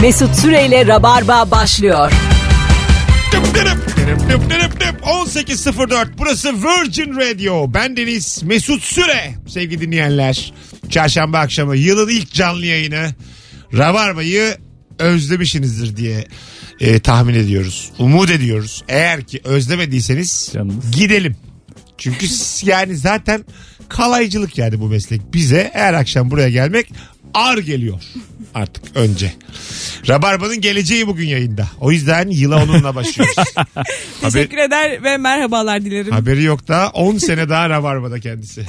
Mesut Süreyle Rabarba başlıyor. Dıp dırıp, dırıp dıp dırıp dıp. 18.04 burası Virgin Radio. Ben Deniz Mesut Süre. Sevgili dinleyenler. Çarşamba akşamı yılın ilk canlı yayını. Rabarba'yı özlemişsinizdir diye e, tahmin ediyoruz. Umut ediyoruz. Eğer ki özlemediyseniz Canınız. gidelim. Çünkü s- yani zaten kalaycılık yani bu meslek. Bize her akşam buraya gelmek ar geliyor artık önce. Rabarba'nın geleceği bugün yayında. O yüzden yıla onunla başlıyoruz. Teşekkür eder ve merhabalar dilerim. Haberi yok da 10 sene daha Rabarba'da kendisi.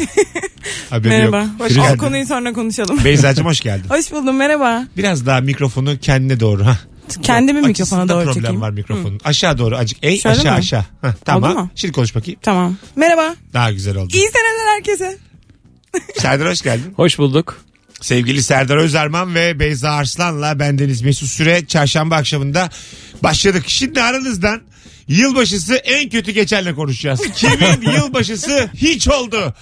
Haberi Merhaba. yok. Hoş- Hoş o geldin. konuyu sonra konuşalım. Beyza'cığım hoş geldin. Hoş buldum merhaba. Biraz daha mikrofonu kendine doğru. ha. Kendimi mikrofona Açısında doğru problem çekeyim. var mikrofonun. Aşağı doğru acık. Ey Şöyle aşağı mi? aşağı. Hah, tamam. Oldu mu? Şimdi konuş bakayım. Tamam. Merhaba. Daha güzel oldu. İyi seneler herkese. Serdar hoş geldin. Hoş bulduk. Sevgili Serdar Özerman ve Beyza Arslan'la bendeniz Mesut Süre çarşamba akşamında başladık. Şimdi aranızdan yılbaşısı en kötü geçenle konuşacağız. Kimin yılbaşısı hiç oldu?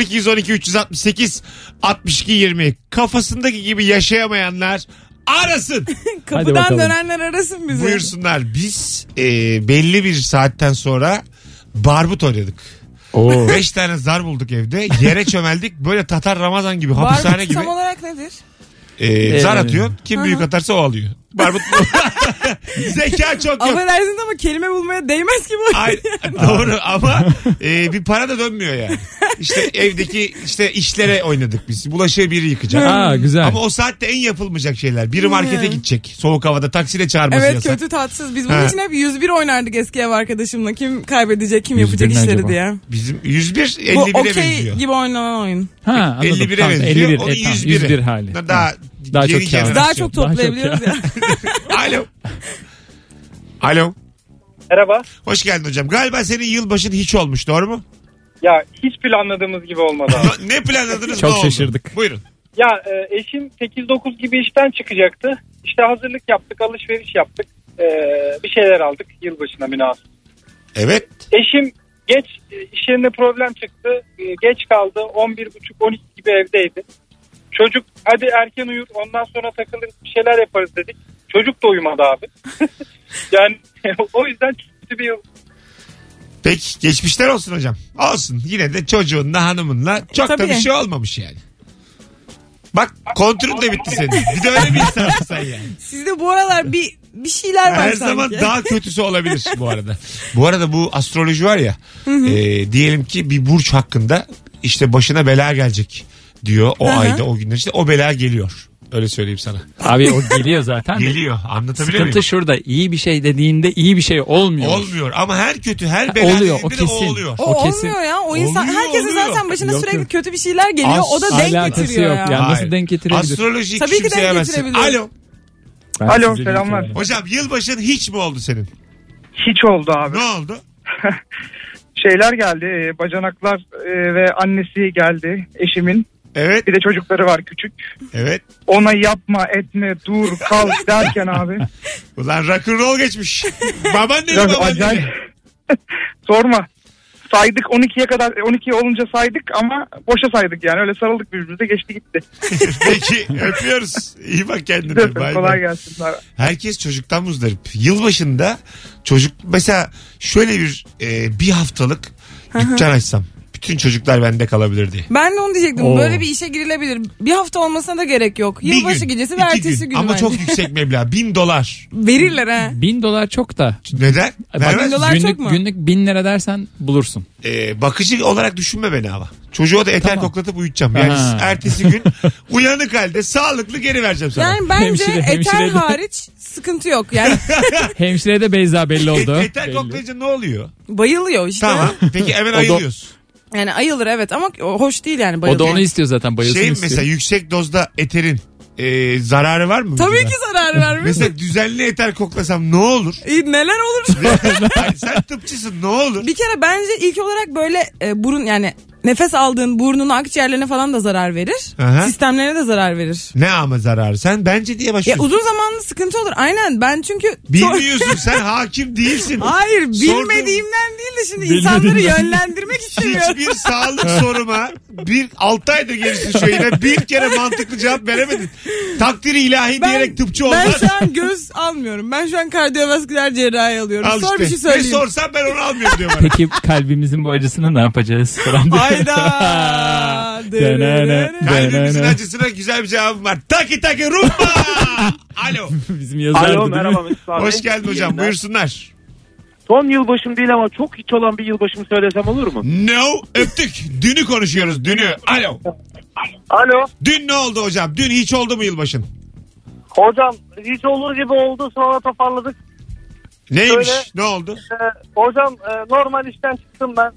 0212 368 62 20 kafasındaki gibi yaşayamayanlar arasın Kapıdan bakalım. dönenler arasın bizi. buyursunlar. Biz e, belli bir saatten sonra barbut oynadık. Oo. Beş tane zar bulduk evde. Yere çömeldik. Böyle Tatar Ramazan gibi, Var hapishane mı? gibi. Tam olarak nedir? Ee, zar Ee, atıyorsun. Kim büyük atarsa o alıyor. Barbut Zeka çok yok. Affedersiniz ama kelime bulmaya değmez ki bu. Ay, doğru ama e, bir para da dönmüyor yani. İşte evdeki işte işlere oynadık biz. Bulaşığı biri yıkacak. Aa güzel. Ama o saatte en yapılmayacak şeyler. Biri markete gidecek. Soğuk havada taksiyle çağırması Evet yasak. kötü tatsız. Biz bunun Ha. için hep 101 oynardık eski ev arkadaşımla. Kim kaybedecek, kim 101 yapacak ne işleri acaba? diye. Bizim 101 51'e Bu okey benziyor. gibi oynanan oyun. ha, anladım. 51'e Tamam, benziyor. 51, Onun e, tamam, 101'i. 101 hali. Daha, Tamam. daha Daha çok çok kağıt. Daha Nasıl yok? çok Daha çok toplayabiliyoruz ya. ya. Alo. Alo. Merhaba. Hoş geldin hocam. Galiba senin yılbaşın hiç olmuş doğru mu? Ya hiç planladığımız gibi olmadı abi. ne planladınız Çok ne oldu? şaşırdık. Buyurun. ya e, eşim 8-9 gibi işten çıkacaktı. İşte hazırlık yaptık, alışveriş yaptık. E, bir şeyler aldık yılbaşına münasip. Evet. Eşim geç e, iş yerinde problem çıktı. E, geç kaldı. 11.30-12 gibi evdeydi. Çocuk hadi erken uyur ondan sonra takılırız bir şeyler yaparız dedik. Çocuk da uyumadı abi. yani o yüzden çok kötü bir yıl. Peki geçmişler olsun hocam. Olsun. Yine de çocuğunla hanımınla çok da Tabii. bir şey olmamış yani. Bak kontrolün de bitti senin. Bir de öyle bir insansın sen yani. Sizde bu aralar bir bir şeyler var Her sanki. zaman daha kötüsü olabilir bu arada. Bu arada bu astroloji var ya. e, diyelim ki bir burç hakkında işte başına bela gelecek diyor o Hı hı. ayda o günler işte o bela geliyor. Öyle söyleyeyim sana. Abi o geliyor zaten. de. Geliyor. Anlatabiliyor muyum? Sıkıntı şurada. İyi bir şey dediğinde iyi bir şey olmuyor. Olmuyor ama her kötü her bela Oluyor o dediğinde de o kesin. oluyor. O, O kesin. olmuyor ya. O insan Oluyor, herkesin oluyor. zaten başına Yok, sürekli yok. kötü bir şeyler geliyor. As- o da denk Alakası getiriyor yok ya. ya. nasıl denk getirebilir? Astrolojiyi Tabii ki denk küçümseyemezsin. getirebilir. Alo. Ben Alo, sizi selamlar. lütfen- Hocam yılbaşın hiç mi oldu senin? Hiç oldu abi. Ne oldu? Şeyler geldi. e, bacanaklar e, ve annesi geldi eşimin. Evet, Bir de çocukları var küçük. evet. ona yapma etme dur kal derken abi. Ulan rock'n'roll geçmiş. Baban dedi Biraz baban acayip. dedi. Sorma. Saydık 12'ye kadar 12 olunca saydık ama boşa saydık yani öyle sarıldık birbirimize geçti gitti. Peki öpüyoruz. İyi bak kendine. Öpün, Bay Kolay bay. gelsin. Herkes çocuktan muzdarip. Yılbaşında çocuk mesela şöyle bir e, bir haftalık dükkan açsam. Bütün çocuklar bende kalabilir diye. Ben de onu diyecektim. Oo. Böyle bir işe girilebilir. Bir hafta olmasına da gerek yok. Bir Yılbaşı gün, gecesi ve iki ertesi gün. gün. Ama bence. çok yüksek meblağ. Bin dolar. Verirler ha. Bin dolar çok da. Neden? Bak, Vermez dolar çok günlük, mu? günlük bin lira dersen bulursun. e, bakıcı olarak düşünme beni ama. Çocuğa da eter Tamam. koklatıp uyutacağım. Yani Ha. ertesi gün uyanık halde sağlıklı geri vereceğim sana. Yani bence Hemşire, eter hemşire de- hariç sıkıntı yok. Yani Hemşireye de Beyza belli oldu. E- eter Belli. koklayınca ne oluyor? bayılıyor işte. Tamam. Peki hemen O da- ayılıyoruz. Yani ayılır evet ama o hoş değil yani O da bayılıyor. onu istiyor zaten bayılsın Şey istiyor. mesela yüksek dozda eterin e, zararı var mı? Tabii vücuda? ki zarar vermiş. Mesela düzenli eter koklasam ne olur? İyi, neler olur? Ay, sen tıpçısın ne olur? bir kere bence ilk olarak böyle e, burun yani nefes aldığın burnunun akciğerlerine falan da zarar verir. Aha. Sistemlerine de zarar verir. Ne ama zararı sen bence diye Ya başlıyorsun. uzun zamanlı sıkıntı olur. Aynen ben çünkü... Bilmiyorsun sen hakim değilsin. Hayır Sordum. bilmediğimden değil de şimdi Bilmediğimden. insanları yönlendirmek istemiyorum. Hiçbir sağlık soruma bir 6 ayda gelirsin şu yayına bir kere mantıklı cevap veremedin. Takdiri ilahi diyerek tıpçı olmaz. ben şu an göz almıyorum. Ben şu an kardiyovasküler cerrahi alıyorum. Al Sor işte. bir şey Ne söyleyeyim. sorsam ben onu almıyorum diyor bana. Peki kalbimizin bu acısını ne yapacağız? Falan diye. Hayda. Denene. Kalbimizin Ben- acısına güzel bir cevabım var. Taki taki rumba. Alo. Bizim yazardı Alo değil mi? merhaba Mesut abi. Hoş geldin hocam. Yayınlar. Buyursunlar. Son yılbaşım değil ama çok hiç olan bir yılbaşımı söylesem olur mu? No öptük. Dünü konuşuyoruz. Dünü. Alo. Alo. Dün ne oldu hocam? Dün hiç oldu mu yılbaşın? Hocam hiç olur gibi oldu sonra toparladık. Neymiş? Şöyle- Ne oldu? Ee, hocam e, normal işten çıktım ben.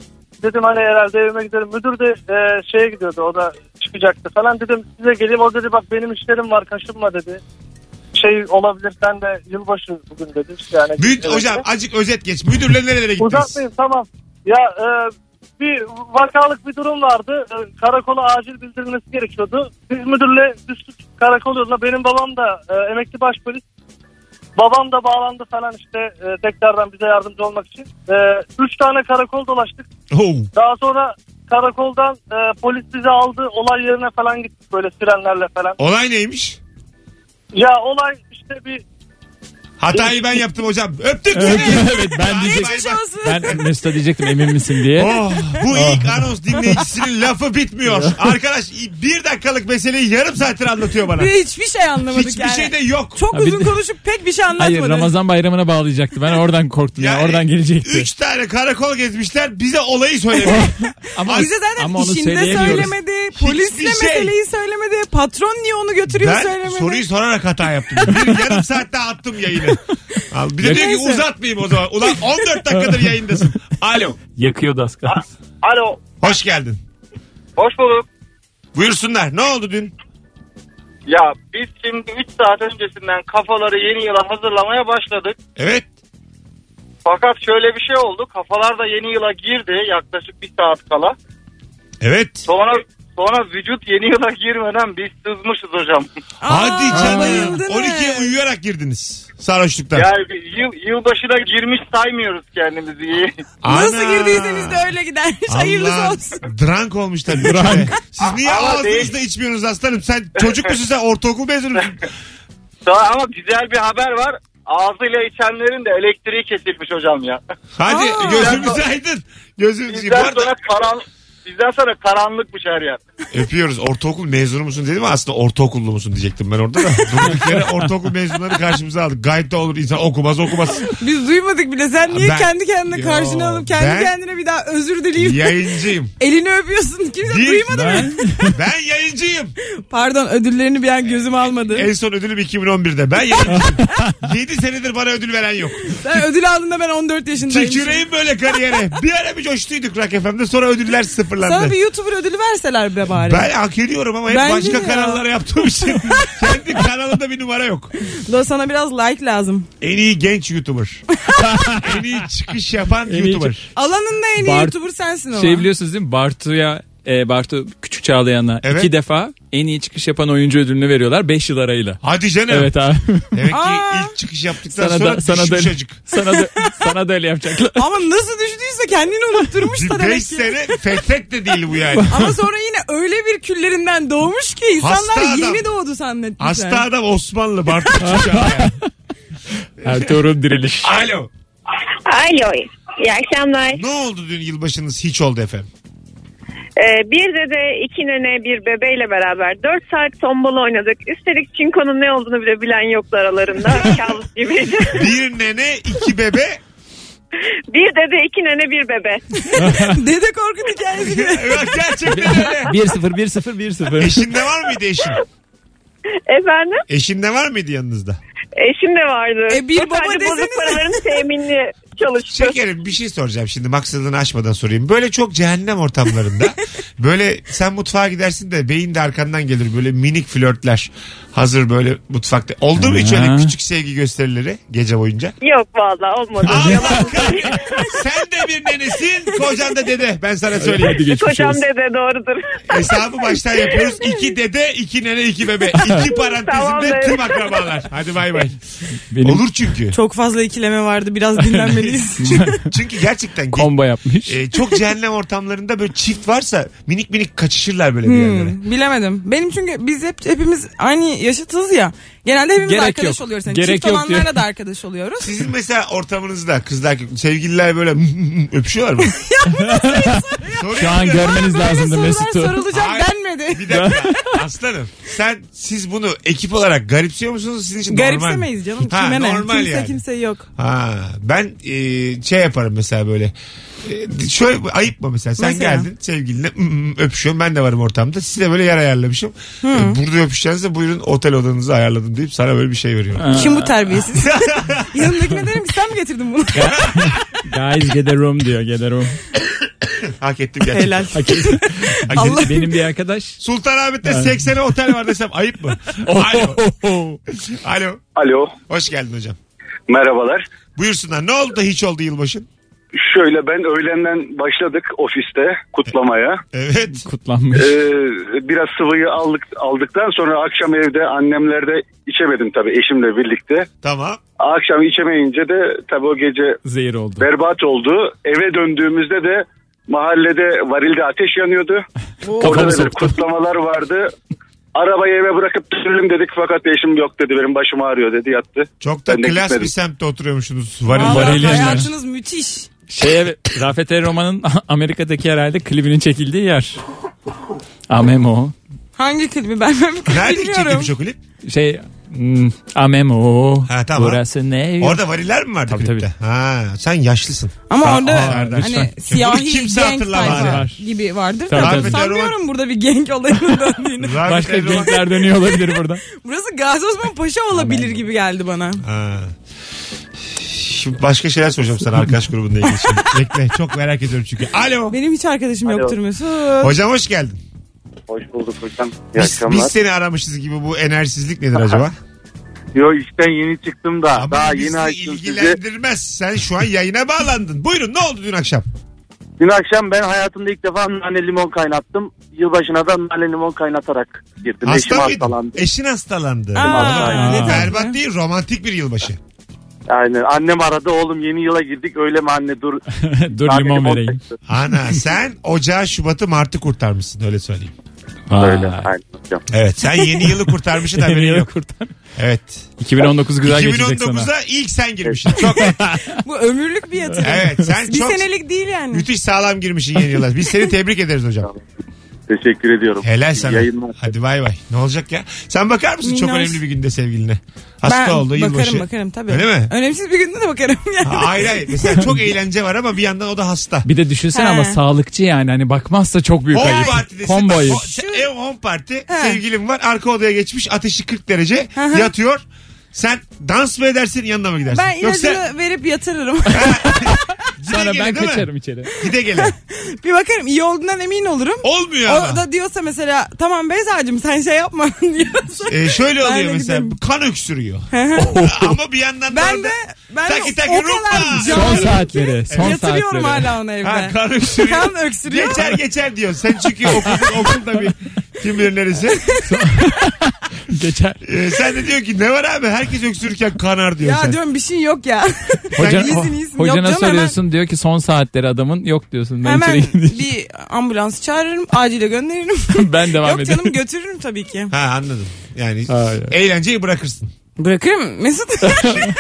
Dedim hani herhalde evime giderim. Müdür de e, şeye gidiyordu o da çıkacaktı falan. Dedim size geleyim o dedi bak benim işlerim var kaşınma dedi. Şey olabilir sen de yılbaşı bugün dedi. Yani Mü- Evet. hocam acık özet geç. Müdürle nerelere gittiniz? Uzatmayayım tamam. Ya e, bir vakalık bir durum vardı. E, karakola acil bildirilmesi gerekiyordu. Biz müdürle düştük karakol yoluna. Benim babam da e, emekli başpolis. Babam da bağlandı falan işte e, tekrardan bize yardımcı olmak için. E, üç tane karakol dolaştık. Oh. Daha sonra karakoldan e, polis bizi aldı. Olay yerine falan gittik böyle sirenlerle falan. Olay neymiş? Ya olay işte bir Hatayı ben yaptım hocam. Öptük Evet, seni. evet, ben diyecektim. Bay bay. Ben Mesut'a diyecektim emin misin diye. Oh, bu ilk anons dinleyicisinin lafı bitmiyor. Arkadaş bir dakikalık meseleyi yarım saattir anlatıyor bana. Ve hiçbir şey anlamadık Hiçbir yani. şey de yok. Çok Ha, bir uzun de- konuşup pek bir şey anlatmadı. Hayır Ramazan bayramına bağlayacaktı. Ben oradan korktum ya. Oradan gelecekti. e, Üç tane karakol gezmişler bize olayı söylemiyor. ama, Bize zaten ama onu işinde söyleyemiyoruz. söylemedi, polisle Hiçbir şey. meseleyi söylemedi, patron niye onu götürüyor ben söylemedi. soruyu sorarak hata yaptım. Bir yarım saat daha attım yayını. Al, Bir de diyor ki Neyse. uzatmayayım o zaman. Ulan 14 dakikadır yayındasın. Alo. Yakıyordu az kalsın. alo Hoş geldin. hoş bulduk. Buyursunlar. Ne oldu dün? Ya biz şimdi 3 saat öncesinden kafaları yeni yıla hazırlamaya başladık. Evet. Fakat şöyle bir şey oldu. Kafalar da yeni yıla girdi yaklaşık bir saat kala. Evet. Sonra sonra vücut yeni yıla girmeden biz sızmışız hocam. Aa, Hadi canım. bayıldınız. 12'ye uyuyarak girdiniz. Sarhoşluktan. Yani bir yıl, yılbaşına girmiş saymıyoruz kendimizi. Nasıl Ana. girdiyseniz de öyle gidermiş. Hayırlısı Allah, olsun. Drunk olmuşlar. Drunk. Siz niye ağzınızda içmiyorsunuz aslanım? Sen çocuk musun sen? Ortaokul mezunu musun? Daha ama güzel bir haber var. Ağzıyla içenlerin de elektriği kesilmiş hocam ya. Hadi Aa. gözümüz aydın. Gözümüz Bu Bizden arada sonra karan bizden sonra karanlıkmış her yer. öpüyoruz. Ortaokul mezunu musun dedim ama aslında ortaokullu musun diyecektim ben orada da. Durduk yere ortaokul mezunları karşımıza aldık. Gayet de olur insan okumaz okumaz. Biz duymadık bile. Sen niye Ben- kendi kendine Yo, karşına alıp kendi ben- kendine bir daha özür dileyip Yayıncıyım. elini öpüyorsun. Kimse Bir- duymadı Ben- mı? Ben yayıncıyım. Pardon ödüllerini bir an gözüm almadı. En son ödülüm 2011'de. Ben yayıncıyım. 7 senedir bana ödül veren yok. Sen ödül aldığında ben 14 yaşındayım. Tüküreyim böyle kariyere. Bir ara bir coştuyduk Rock FM'de sonra ödüller sıfırlandı. Sana bir YouTuber ödülü verseler be bari. Ben hak ediyorum ama hep Bence başka de ya. kanallara yaptığım için. Kendi kanalımda bir numara yok. La sana biraz like lazım. En iyi genç YouTuber. en iyi çıkış yapan iyi YouTuber. Alanında en iyi Bart- YouTuber sensin ama. Şey biliyorsunuz değil mi? Bartu'ya e, Bartu Küçük Çağlayan'a Evet. iki defa en iyi çıkış yapan oyuncu ödülünü veriyorlar 5 yıl arayla. Hadi canım. Evet abi. Demek ki Aa. ilk çıkış yaptıktan sana sonra da sana da düşmüş çocuk. sana da sana da öyle yapacaklar. Ama nasıl düştüyse kendini unutturmuş da 5 demek ki. sene fethet de değil bu yani. Ama sonra yine öyle bir küllerinden doğmuş ki insanlar Hasta adam. yeni doğdu zannetmişler. Hasta adam Osmanlı Bartu Küçük ya. Ertuğrul Diriliş. Alo. Alo, iyi akşamlar. Ne oldu dün yılbaşınız hiç oldu efendim? Ee, bir dede, iki nene, bir bebeğiyle beraber 4 saat tombala oynadık. Üstelik çinkonun ne olduğunu bile bilen yoktu aralarında. Kabus gibiydi. Bir nene iki bebe. bir dede, iki nene, bir bebe. Dede Korkut hikayesi gibi. Evet, Gerçekten öyle. 1-0 1-0 1-0. Eşinde var mıydı eşin? Efendim? Eşinde var mıydı yanınızda? Eşim de vardı. E, bir O baba sadece bozuk desenize. paraların teminli çalıştı. Şekerim bir şey soracağım şimdi maksadını aşmadan sorayım. Böyle çok cehennem ortamlarında böyle sen mutfağa gidersin de beyin de arkandan gelir böyle minik flörtler. Hazır böyle mutfakta. Oldu mu hiç Ha. öyle küçük sevgi gösterileri gece boyunca? Yok valla olmadı. Allah kahretsin. Sen de bir nenesin, kocan da dede. Ben sana söyleyeyim. Hadi geçmiş Kocam olsun. dede doğrudur. Hesabı baştan yapıyoruz. İki dede, iki nene, iki bebe. İki Tamam parantezinde be. tüm akrabalar. Hadi bay bay. Benim Olur çünkü. Çok fazla ikileme vardı. Biraz dinlenmeliyiz. Çünkü, çünkü gerçekten ge- komba yapmış. e, çok cehennem ortamlarında böyle çift varsa minik minik kaçışırlar böyle bir yerlere. Hmm, bilemedim. Benim çünkü biz hep hepimiz aynı yaşıtız ya. Genelde hepimiz Gerek arkadaş yok. oluyoruz. Yani Gerek Çift yok olanlarla diyor. da arkadaş oluyoruz. Sizin mesela ortamınızda kızlar sevgililer böyle öpüşüyorlar mı? Soruyu Şu an soruyorum. görmeniz Böyle lazımdı sorular Mesut'u. sorulacak Hayır. denmedi. Bir dakika aslanım sen siz bunu ekip olarak garipsiyor musunuz sizin için normal mi? Garipsemeyiz canım. Ha, Kime ne? normal kimse yani. kimse yok. Ha, ben e, şey yaparım mesela böyle. E, şöyle ayıp mı mesela? Sen Mesela? geldin sevgilinle mm, mm, öpüşüyorum. Ben de varım ortamda. Size böyle yer ayarlamışım. E, burada öpüşeceğinize buyurun otel odanızı ayarladım deyip sana böyle bir şey veriyorum. Kim bu terbiyesiz? Yanımdakine derim ki sen mi getirdin bunu? Guys get a room diyor get a room. Hak ettim gerçekten. Helal. Hak ettim. Allah. Benim bir arkadaş. Sultanahmet'te 80'e otel var desem ayıp mı? Alo. Alo. Alo Hoş geldin hocam. merhabalar. Buyursunlar. Ne oldu da hiç oldu yılbaşın? Şöyle ben öğlenden başladık ofiste kutlamaya. Evet. Kutlanmış. Ee, biraz sıvıyı aldık aldıktan sonra akşam evde annemlerde içemedim tabii eşimle birlikte. Tamam. Akşam içemeyince de tabii o gece Zehir oldu. berbat oldu. Eve döndüğümüzde de mahallede varilde ateş yanıyordu. Orada Kafamı da bir soktum. kutlamalar vardı. Arabayı eve bırakıp düşürelim dedik fakat eşim yok dedi benim başım ağrıyor dedi yattı. Çok da Ben de klas gitmedim. bir semtte oturuyormuşsunuz. Varil Vallahi varil. varil yerler. hayatınız müthiş. Şeye, Rafet El Roman'ın Amerika'daki herhalde klibinin çekildiği yer. Amemo. Hangi klibi ben, ben Nerede bilmiyorum. çekilmiş o klip? Şey hmm, Amemo. Ha, tamam. Burası ne? Orada variller mi vardı Tabii, klipte? Ha, sen yaşlısın. Ama Aa, orada Serdar, hani lütfen. siyahi Kimse genç hatırlamaz tayfa yani. gibi vardır. Tabii, Ben tabii. Sanmıyorum burada bir genk olayının döndüğünü. Rafet Başka El Roman- gençler dönüyor olabilir burada. Burası Gazi Osman Paşa olabilir gibi geldi bana. Ha. Şimdi başka şeyler soracağım sana arkadaş grubunda ilgili. Şimdi Bekle çok merak ediyorum çünkü. Alo. Benim hiç arkadaşım yoktur Mesut. Hocam hoş geldin. Hoş bulduk hocam. İyi Biz, biz seni aramışız gibi bu enerjisizlik nedir acaba? Yo işten yeni çıktım da. Ama daha bizi yeni açtım sizi. ilgilendirmez. Sen şu an yayına bağlandın. Buyurun ne oldu dün akşam? Dün akşam ben hayatımda ilk defa nane limon kaynattım. Yılbaşına da nane limon kaynatarak girdim. Eşim Hasta mıydın? hastalandı. Eşin hastalandı. Aa, Aa. ne tatlı. Berbat değil romantik bir yılbaşı. Aynen. Annem aradı oğlum yeni yıla girdik öyle mi anne dur. Dur nane limon vereyim. taktı. Ana sen Ocağı, Şubat'ı, Mart'ı kurtarmışsın öyle söyleyeyim. Öyle. Vay. Aynen hocam. Evet sen yeni yılı kurtarmışsın Yeni haberin yılı yok. kurtar. Evet. 2019 güzel geçecek sana. 2019'a ilk sen girmişsin. Çok Bu ömürlük bir yatırım. Evet sen Bir çok senelik değil yani. müthiş sağlam girmişsin yeni yıla. Biz seni tebrik ederiz hocam. Teşekkür ediyorum. Helal sana. Yayınlar. Hadi bay bay. Ne olacak ya? Sen bakar mısın çok Minnoş. önemli bir günde sevgiline? Hasta ben oldu bakarım yılbaşı. bakarım tabii. Öyle mi? Önemsiz bir günde de bakarım yani. Ha, Hayır hayır. Mesela çok eğlence var ama bir yandan o da hasta. Bir de düşünsene He. ama sağlıkçı yani hani bakmazsa çok büyük Home ayıp. partidesin. Combo Bak, ayıp. o- sen- Ev home şey party. He. Sevgilim var. Arka odaya geçmiş. Ateşi 40 derece. hı. yatıyor. Sen dans mı edersin yanına mı gidersin? Ben ilacını Yoksa verip yatırırım. gide Sonra gele ben değil mi? kaçarım içeri. Gide gele. bir bakarım iyi olduğundan emin olurum. Olmuyor O ama. da diyorsa mesela tamam Beyza'cığım sen şey yapma diyorsa. Ee, şöyle Ben de oluyor mesela giderim. kan öksürüyor. ama bir yandan da Ben orada- de ben Taki de taki o rumba. kadar Son canlıyım saatleri. Son Yatırıyorum saatleri. hala onu evde. Ha, kan öksürüyor. Kan öksürüyor. Geçer geçer diyor. Sen çünkü okul, okulda bir kim bilir neresi. Geçer. Ee, sen de diyor ki ne var abi herkes öksürürken kanar diyor ya sen. diyorum bir şey yok ya. Hoca, iyisin, iyisin. hocana Yok canım, soruyorsun diyor ki son saatleri adamın yok diyorsun. Ben Hemen içeri gideyim. bir ambulans çağırırım. Acile gönderirim. ben devam yok edeyim. canım götürürüm tabii ki. Ha anladım. Yani Hayır. eğlenceyi bırakırsın. Bırakırım Mesut.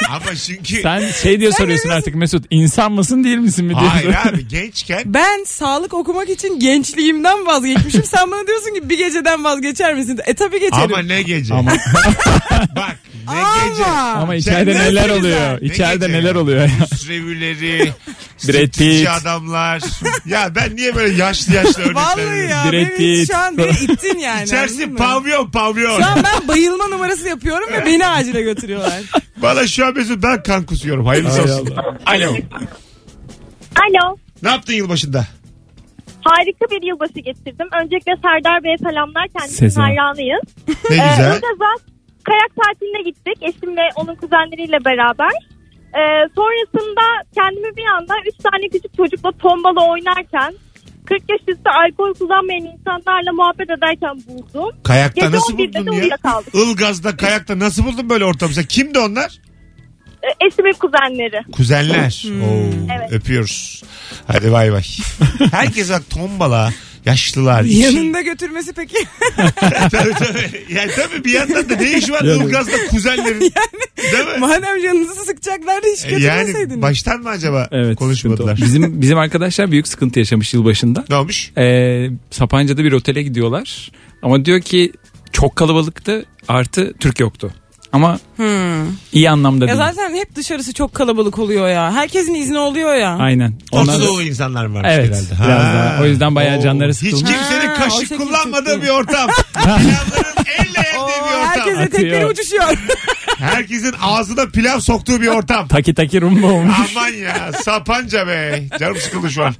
Ama çünkü Sen şey diye soruyorsun artık Mesut insan mısın değil misin mi diyorsun. hayır abi gençken ben sağlık okumak için gençliğimden vazgeçmişim. Sen bana diyorsun ki bir geceden vazgeçer misin? E tabii geçerim. ama ne gece. Ama, Bak ne Ama. gece. ama Sen içeride neresiniz neler lan? oluyor? Şey, Ne İçeride gece? neler oluyor? Üst revileri, Brad Pitt. stilci adamlar. Ya ben niye böyle yaşlı yaşlı örnekler Vallahi veriyorum? ya Direkt beni git. şu an beni ittin yani. anladın İçerisi mı? pavyon pavyon. Şu an ben bayılma numarası yapıyorum ve beni acile götürüyorlar. Valla şu an mesela ben kan kusuyorum. Hayırlısı olsun. Alo. Alo. Ne yaptın yılbaşında? Harika bir yılbaşı getirdim. Öncelikle Serdar Bey'e selamlar. Kendisinin Sezen. hayranıyız. Ne Ee, güzel. önce zat- kayak tatiline gittik. Eşimle onun kuzenleriyle beraber. Ee, sonrasında kendimi bir anda 3 tane küçük çocukla tombala oynarken 40 yaş üstü alkol kullanmayan insanlarla muhabbet ederken buldum. Kayakta Gece nasıl 11'de de buldun ya? uyuyakaldım. Ilgaz'da kayakta nasıl buldun böyle ortamı? Sen- Kimdi onlar? Ee, eşimin kuzenleri. Kuzenler. Oo, Evet. Öpüyoruz. Hadi bay bay. Herkes bak tombala. Yaşlılar. için- Yanında götürmesi peki. tabii tabii. Yani tabii bir yandan da ne iş var Yani- Ilgaz'da kuzenlerin. Değil mi? Madem canınızı sıkacaklardı hiç götürmeseydiniz. E Yani baştan mı acaba Evet. konuşmadılar? sıkıntı o. Bizim bizim arkadaşlar büyük sıkıntı yaşamış yılbaşında. Ne olmuş? Ee, Sapanca'da bir otele gidiyorlar. Ama diyor ki çok kalabalıktı artı Türk yoktu. Ama Hmm. iyi anlamda değil. Ya zaten hep dışarısı çok kalabalık oluyor ya. Herkesin izni oluyor ya. Aynen. Onlar Orta da- Doğu insanlar varmış Evet, herhalde. biraz daha. O yüzden bayağı canları Hiç sıkılmış. kimsenin Ha, o kaşık şekil kullanmadığı çıktı. bir ortam. Pilavların elle Oo, yendiği bir ortam. herkese tekleri Atıyor. uçuşuyor. Herkesin ağzına pilav soktuğu bir ortam. Taki taki rumba olmuş. Aman ya sapanca be. Canım sıkıldı şu an.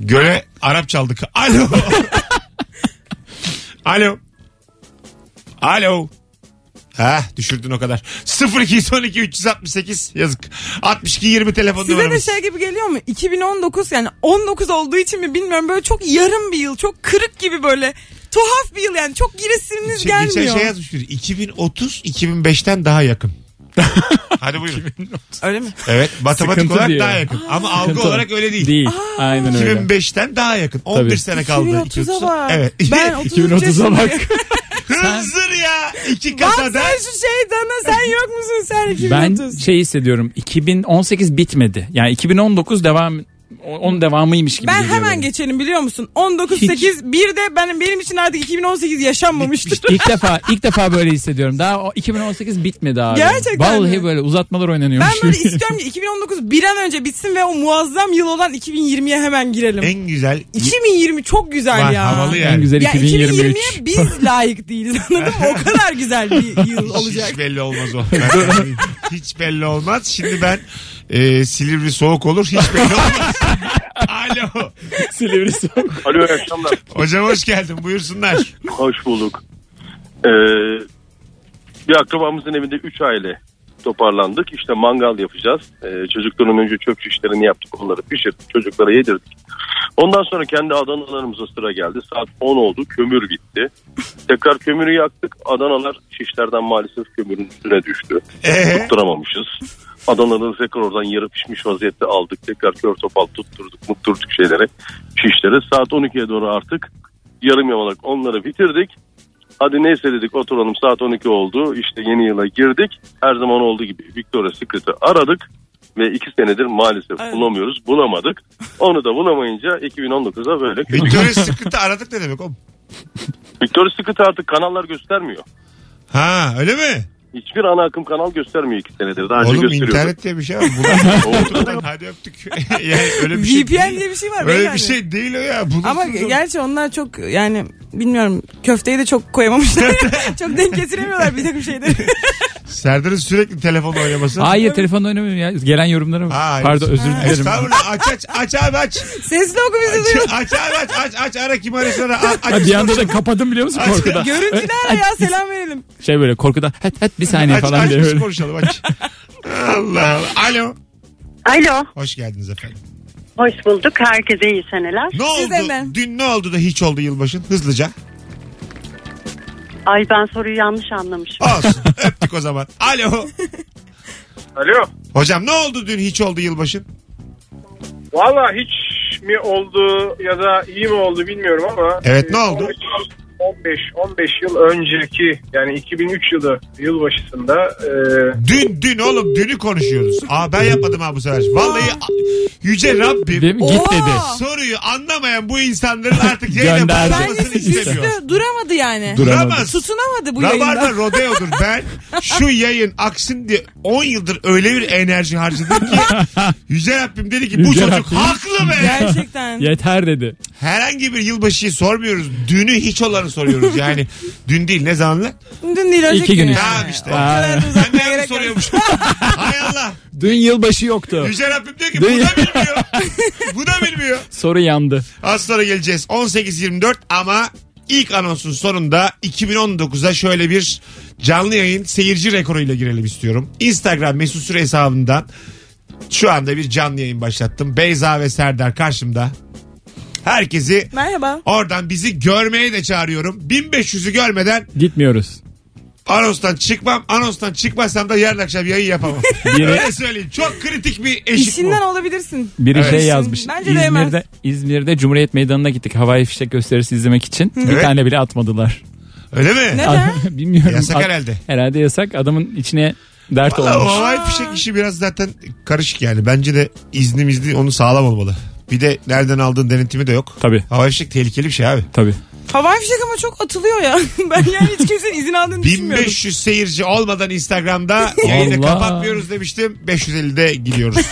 Göle Arap çaldık. Alo. Alo. Alo. Ha düşürdün o kadar. 0212 368 yazık. 62 20 telefon Size de numaramız. şey gibi geliyor mu? 2019 yani 19 olduğu için mi bilmiyorum böyle çok yarım bir yıl. Çok kırık gibi böyle. Tuhaf bir yıl yani çok giresiminiz Şey, geçen gelmiyor. şey yazmış biri. 2030 2005'ten daha yakın. Hadi buyurun. Öyle mi? Evet matematik Sıkıntı olarak diyor. daha yakın. Ama algı Sıkıntı olarak öyle değil. Değil. Aynen öyle. 2005'ten daha yakın. 11 Tabii. sene şey kaldı. 2030'a 2030'a. bak. Evet. Ben 2030'a 2030'a bak. Hızır ya. İki Bak kata da. sen şu şeytana sen yok musun sen 2030? Ben şey hissediyorum. 2018 bitmedi. Yani 2019 devam onun devamıymış gibi Ben geliyor hemen bana. geçelim biliyor musun? 19 Hiç. 8 bir de benim benim için artık 2018 yaşanmamıştır. İlk defa ilk defa böyle hissediyorum. Daha o 2018 bitmedi abi. Gerçekten Vallahi mi? böyle uzatmalar oynanıyormuş. Ben böyle gibi. istiyorum ki 2019 bir an önce bitsin ve o muazzam yıl olan 2020'ye hemen girelim. En güzel. 2020 çok güzel E, Var, ya. havalı yani. En güzel Ya 2023. 2020'ye biz layık değiliz anladın mı? O kadar güzel bir yıl Hiç- olacak. Hiç belli olmaz o. Ben sana diyeyim. hiç belli olmaz. Şimdi ben e, Silivri soğuk olur. Hiç belli olmaz. Alo. Silivri soğuk. Alo iyi akşamlar. Hocam hoş geldin. Buyursunlar. Hoş bulduk. Ee, bir akrabamızın evinde 3 aile toparlandık. İşte mangal yapacağız. Ee, çocukların önce çöp şişlerini yaptık. Onları pişirdik. Çocuklara yedirdik. Ondan sonra kendi Adanalarımıza sıra geldi. Saat 10 oldu. Kömür bitti. Tekrar kömürü yaktık. Adanalar şişlerden maalesef kömürün üstüne düştü. Ee, Tutturamamışız. Adanaları tekrar oradan yarı pişmiş vaziyette aldık. Tekrar kör topal tutturduk, mutturduk şeylere, şişlere. Saat 12'ye doğru artık yarım yamalak onları bitirdik. Hadi neyse dedik oturalım saat 12 oldu. İşte yeni yıla girdik. Her zaman olduğu gibi Victoria Secret'ı aradık. Ve iki senedir maalesef Evet. bulamıyoruz. Bulamadık. Onu da bulamayınca 2019'a böyle. Victoria's Secret'ı aradık ne demek oğlum? Victoria Secret artık kanallar göstermiyor. Ha öyle mi? Hiçbir ana akım kanal göstermiyor iki senedir. Daha önce Oğlum gösteriyordu. internet diye bir şey var. Bunlar oturdan hadi öptük. yani öyle bir şey VPN değil. diye bir şey var. Öyle beyefendi. bir şey değil o ya. Bunu Ama gerçi onlar çok yani bilmiyorum köfteyi de çok koyamamışlar. çok denk getiremiyorlar bir takım şeyleri. Serdar'ın sürekli telefonla oynaması. Hayır telefonla oynamıyorum ya. Gelen yorumlara bak. Hayır. Pardon özür dilerim. Estağfurullah aç aç aç abi aç. Sesli oku bizi duyuyor. Aç aç abi aç aç aç ara kim arıyorsa ara. A- Ha, Aç, bir anda da kapadım biliyor musun Aç- korkudan. Görüntülü ara ya selam verelim. Şey böyle korkudan. Hadi hadi bir saniye aç, falan aç, diye biz böyle. konuşalım aç. Allah Allah. Alo. Alo, Hoş geldiniz efendim. hoş bulduk. Herkese iyi seneler. Ne oldu? de mi? Dün ne oldu da hiç oldu yılbaşın? Hızlıca. Ay ben soruyu yanlış anlamışım. Olsun. Öptük o zaman. Alo. Alo. Hocam ne oldu dün hiç oldu yılbaşın? Valla hiç mi oldu ya da iyi mi oldu bilmiyorum ama. Evet, e, ne oldu? 15 15 yıl önceki yani 2003 yılı yılbaşısında e, Dün dün oğlum dünü konuşuyoruz. Aa ben yapmadım ha bu sefer. Vallahi a- yüce Rabbim. Değil mi? Git Oo. dedi. Soruyu anlamayan bu insanların artık yayına Gönderdi. bağlanmasını Bence istemiyor. güçlü duramadı yani. Duramaz. Tutunamadı bu Rabarba yayında. rodeodur. Ben şu yayın aksın diye 10 yıldır öyle bir enerji harcadım ki Yüce Rabbim dedi ki bu Yüce çocuk Rabbim. haklı be. Gerçekten. Yeter dedi. Herhangi bir yılbaşıyı sormuyoruz. Dünü hiç olanı soruyoruz. Yani dün değil ne zamanlı? Dün değil önceki İki gün gün. önce. Tamam işte. O kadar da Ben uzatmaya ne gerek yere yok. soruyormuş. Hay Allah. Dün yılbaşı yoktu. Yüce Rabbim diyor ki bu da Dün- bilmiyor. bu da bilmiyor. Soru yandı. Az sonra geleceğiz. 18.24 ama ilk anonsun sonunda 2019'a şöyle bir canlı yayın seyirci rekoruyla girelim istiyorum. Instagram mesut süre hesabından şu anda bir canlı yayın başlattım. Beyza ve Serdar karşımda. Herkesi Merhaba. oradan bizi görmeye de çağırıyorum. 1500'ü görmeden Gitmiyoruz. anonstan çıkmam. Anonstan çıkmazsam da yarın akşam yayın yapamam. Biri- Öyle söyleyeyim. Çok kritik bir eşik İşinden bu. olabilirsin. Biri Evet. şey yazmış. Bence değmez. İzmir'de, İzmir'de Cumhuriyet Meydanı'na gittik havai fişek gösterisi izlemek için. Bir Evet. tane bile atmadılar. Öyle mi? Neden? Bilmiyorum. Yasak At- herhalde. Herhalde yasak. Adamın içine dert Valla o olmuş. havai fişek işi biraz zaten karışık yani. Bence de izni mizni onu sağlam olmalı. Bir de nereden aldığın denetimi de yok. Tabii. Havai fişek tehlikeli bir şey abi. Tabii. Havai fişek ama çok atılıyor ya. Ben yani hiç kimsenin izin aldığını düşünmüyorum. 1500 seyirci olmadan Instagram'da yayını Allah. kapatmıyoruz demiştim. 550'de gidiyoruz.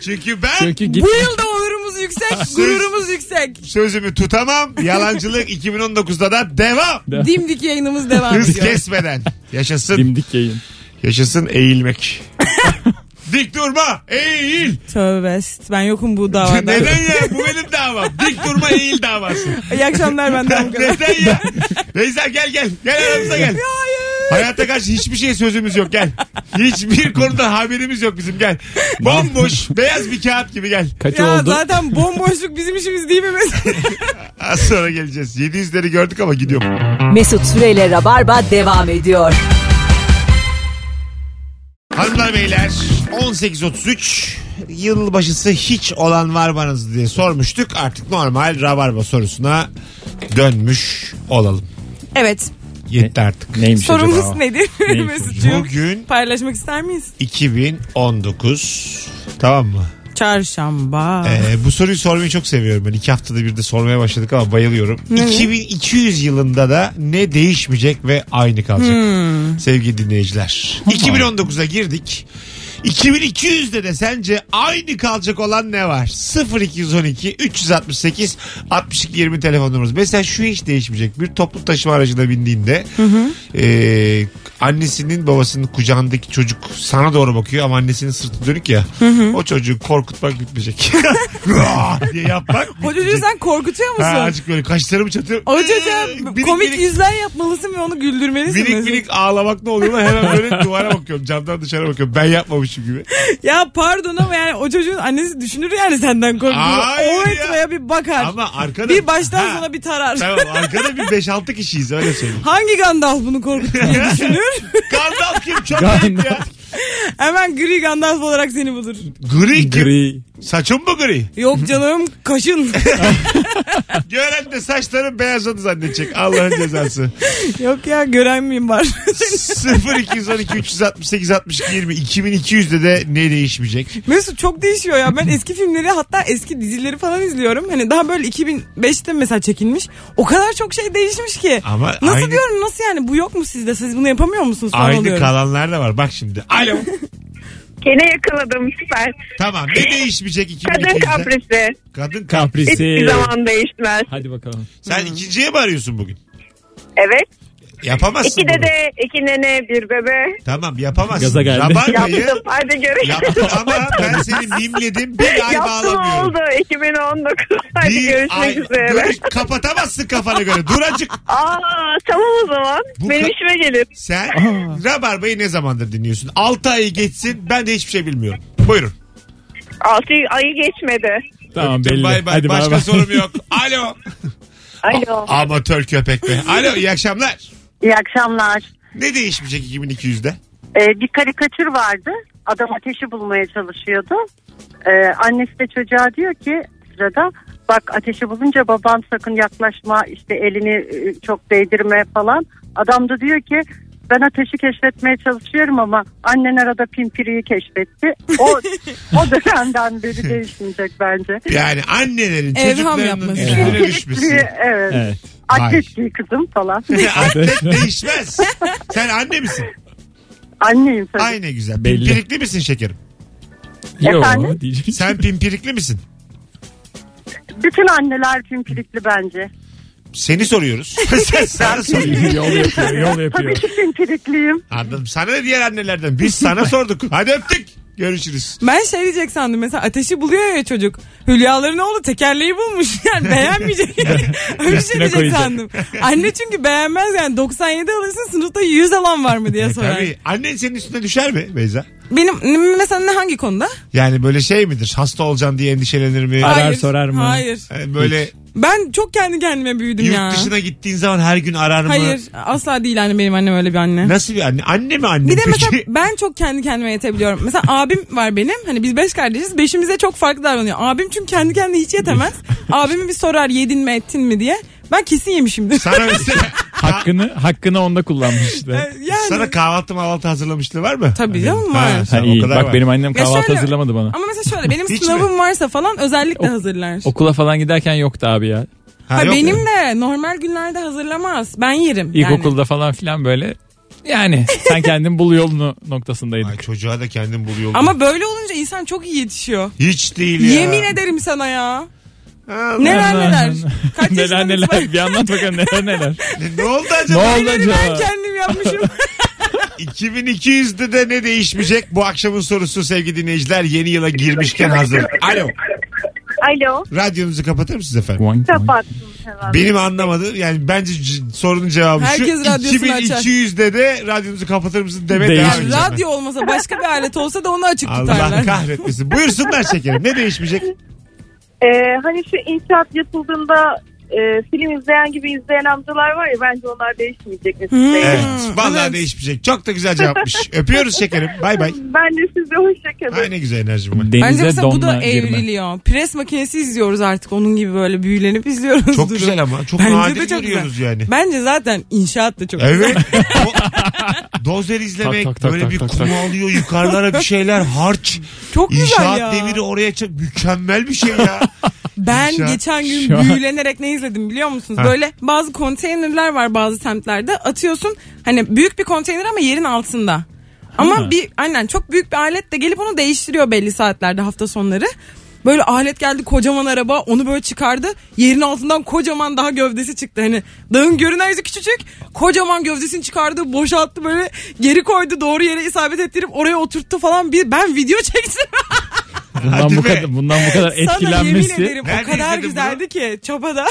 Çünkü ben Çünkü git Bu yıl da onurumuz yüksek, gururumuz yüksek. sözümü tutamam. Yalancılık 2019'da da devam. Dimdik yayınımız devam Hız ediyor. kesmeden. Yaşasın. dimdik yayın. Yaşasın eğilmek. Dik durma. Eğil. Tövbe est. Ben yokum bu davada. Neden ya? Bu benim davam. Dik durma eğil davası. İyi akşamlar benden bu kadar. Neden ya? Beyza gel gel. Gel aramıza gel. Hayata karşı hiçbir şeye sözümüz yok gel. Hiçbir konuda haberimiz yok bizim gel. Bomboş beyaz bir kağıt gibi gel. Kaç Ya oldu? zaten bomboşluk bizim işimiz değil mi mesela? Az sonra geleceğiz. 700'leri gördük ama gidiyorum. Mesut Süreyle Rabarba devam ediyor. Hanımlar beyler 18.33 yılbaşısı hiç olan var mı diye sormuştuk. Artık normal rabarba sorusuna dönmüş olalım. evet. Yetti artık. Neymiş Sorumuz acaba? nedir Neyi Mesut'cuğum? Bugün Paylaşmak ister miyiz? 2019 tamam mı? Çarşamba. Ee, bu soruyu sormayı çok seviyorum ben. İki haftada bir de sormaya başladık ama bayılıyorum. 2200 yılında da ne değişmeyecek ve aynı kalacak sevgili dinleyiciler. 2019'a girdik. 2200'de de sence aynı kalacak olan ne var? 0212 368 62 20 telefonumuz. Mesela şu hiç değişmeyecek. Bir toplu taşıma aracına bindiğinde e, annesinin babasının kucağındaki çocuk sana doğru bakıyor ama annesinin sırtı dönük ya. O çocuğu korkutmak bitmeyecek. Rah diye yapmak O çocuğu bitmeyecek. sen korkutuyor musun? Ha, azıcık böyle kaşlarımı çatıyorum. o Ee, çocuğa minik komik minik- yüzler yapmalısın ve onu güldürmelisin. Minik Mesut. minik ağlamak ne oluyor lan? Hemen böyle duvara bakıyorum. Camdan dışarı bakıyorum. Ben yapmamışım gibi. Ya pardon ama yani o çocuğun annesi düşünür yani senden korktuğunu. Hayır O ya. etraya bir bakar. Ama arkada... bir baştan Ha, sona bir tarar. Tamam arkada bir 5-6 kişiyiz öyle söyleyeyim. Hangi Gandalf bunu korkuttu diye düşünür. Gandalf kim? Çok ayıp ya. Hemen gri Gandalf olarak seni bulur. Gri kim? Gri. Saçım mı gri? Yok canım kaşın. Gören de saçlarım beyazladı zannedecek. Allah'ın cezası. Yok ya gören miyim var? 0212 368 62 20 2200'de de ne değişmeyecek? Mesut çok değişiyor ya. Ben eski filmleri hatta eski dizileri falan izliyorum. Hani daha böyle 2005'te mesela çekilmiş. O kadar çok şey değişmiş ki. Ama nasıl aynı- diyorum nasıl yani bu yok mu sizde? Siz bunu yapamıyor musunuz? Falan Aynı oluyorum. kalanlar da var. Bak şimdi. Alo. Gene yakaladım süper. tamam. Ne değişmeyecek 2200'de? Kadın kaprisi. Kadın kapri. Kaprisi. Hiçbir zaman değişmez. Hadi bakalım. Sen ikinciye mi arıyorsun bugün? Evet. Yapamazsın İki bunu. dede, iki nene, bir bebe. Tamam yapamazsın. Gaza geldi. Rabarba'yı Yaptım. Hadi görüşürüz. yaptın ama ben seni mimledim. Bir ay Yaptım bağlamıyorum. oldu 2019. Hadi Bir görüşmek ay- üzere. Görüş- kapatamazsın kafana göre. Dur acık. Aa tamam o zaman. Bu Benim ka- işime gelir. Sen Rabarba'yı ne zamandır dinliyorsun? 6 ayı geçsin ben de hiçbir şey bilmiyorum. Buyurun. 6 ayı geçmedi. Tamam belli. Bay bay. Hadi bay Başka bay. sorum yok. Alo. Alo. Amatör köpek be. Alo iyi akşamlar. İyi akşamlar. Ne değişmeyecek 2200'de? Ee, bir karikatür vardı. Adam ateşi bulmaya çalışıyordu. Ee, annesi de çocuğa diyor ki sırada bak ateşi bulunca baban sakın yaklaşma işte elini e, çok değdirme falan. Adam da diyor ki ben ateşi keşfetmeye çalışıyorum ama annen arada pimpiriyi keşfetti. O, o dönemden beri değişmeyecek bence. Yani annelerin Evham çocuklarının yapması. üstüne düşmüşsün. Pimpiri, evet. Evet. Atlet giy kızım falan. Atlet değişmez. Sen anne misin? Anneyim tabii. Ay ne güzel. Belli. Pimpirikli misin şekerim? Yo Efendim? diyeceksin. Sen pimpirikli misin? Bütün anneler pimpirikli bence. Seni soruyoruz. Sen sana soruyoruz. yol yapıyor, yol yapıyor. Tabii ki pimpirikliyim. Anladım. Sana ne diğer annelerden? Biz sana sorduk. Hadi öptük. Görüşürüz. Ben şey diyecek sandım mesela ateşi buluyor ya çocuk. Hülyaların oğlu tekerleği bulmuş. Yani beğenmeyecek. Öyle bir şey Üstüne diyecek koyacak. sandım. Anne çünkü beğenmez yani 97 alırsın sınıfta 100 alan var mı diye sorar. E, Tabii. Annen senin üstüne düşer mi Beyza? Benim mesela ne hangi konuda? Yani böyle şey midir? Hasta olacaksın diye endişelenir mi? Arar sorar mı? Hayır. Yani böyle Ben çok kendi kendime büyüdüm yurt ya. dışına gittiğin zaman her gün arar mı? Hayır asla değil anne benim annem öyle bir anne. Nasıl bir anne? Anne mi anne? Bir de peki? mesela ben çok kendi kendime yetebiliyorum. Mesela abim var benim. Hani biz beş kardeşiz. Beşimize çok farklı davranıyor. Abim çünkü kendi kendine hiç yetemez. Abimi bir sorar yedin mi ettin mi diye. Ben kesin yemişimdir. Sana şey- mesela Hakkını hakkını onda kullanmış işte. yani. sana kahvaltı mahvaltı hazırlamışlığı var mı? Tabii Annenin. canım, Ha, var. Ha, sen o iyi. kadar Bak var. benim annem Ya kahvaltı şöyle- hazırlamadı bana. Ama mesela şöyle benim Hiç mi? sınavım varsa falan özellikle O- hazırlar. Okula falan giderken yoktu abi ya. Ha, ha, yok benim mu? de normal günlerde hazırlamaz. Ben yerim. yani. İlkokulda falan filan böyle yani sen kendin bul yolunu Ay, noktasındaydık. çocuğa da kendim buluyorum. Ama böyle olunca insan çok iyi yetişiyor. hiç değil ya. Yemin ederim sana ya. Allah. Neler neler. Kaç neler neler bir anlat bakalım neler neler. Ne, ne oldu ne acaba? şey oldu Neleri ben acaba? kendim yapmışım. 2200'de de ne değişmeyecek? Bu akşamın sorusu sevgili dinleyiciler yeni yıla girmişken hazır. Alo. Alo. Radyonuzu kapatır mısınız efendim? Boing, boing. Kapattım hemen. Benim anlamadığım yani bence c- sorunun cevabı Herkes şu. radyosunu açar. 2200'de de radyonuzu kapatır mısın deme Değişmeyecek. devam Yani edeceğim. ben. radyo olmasa başka bir alet olsa da onu açık Allah tutarlar. kahretmesin. Buyursunlar şekerim. Ne değişmeyecek? Ee, hani şu inşaat yapıldığında e, film izleyen gibi izleyen amcalar var ya bence onlar değişmeyecek Hmm. mesleği. Evet. Vallahi evet. değişmeyecek. Çok da güzel cevapmış. Öpüyoruz şekerim. Bay bay. Ben de size hoşçakalın. Ay ne güzel enerjim var. Bence Denize mesela bu donla da girme. evriliyor. Pres makinesi izliyoruz artık. Onun gibi böyle büyülenip izliyoruz. Çok durum. güzel ama. Çok Bence de nadir çok görüyoruz güzel. yani. Bence zaten inşaat da çok Evet. Do- Dozer izlemek Tak, tak, tak, böyle tak, bir tak, kumu tak. alıyor yukarılara bir şeyler harç. Çok güzel İnşaat ya. demiri oraya çak mükemmel bir şey ya. Ben İnşaat- geçen gün Şu an- büyülenerek ne izledim biliyor musunuz? Ha. Böyle bazı konteynerler var bazı semtlerde. Atıyorsun hani büyük bir konteyner ama yerin altında. Ama bir aynen çok büyük bir alet de gelip onu değiştiriyor belli saatlerde hafta sonları. Böyle alet geldi kocaman araba onu böyle çıkardı. Yerin altından kocaman daha gövdesi çıktı. Hani dağın görünen yüzü küçücük. Kocaman gövdesini çıkardı boşalttı böyle geri koydu doğru yere isabet ettirip oraya oturttu falan. Bir, ben video çektim. Bundan Hadi bu be. kadar bundan bu kadar Sana yemin etkilenmesi. ederim Nerede o kadar izledin güzeldi bunu? ki çapada.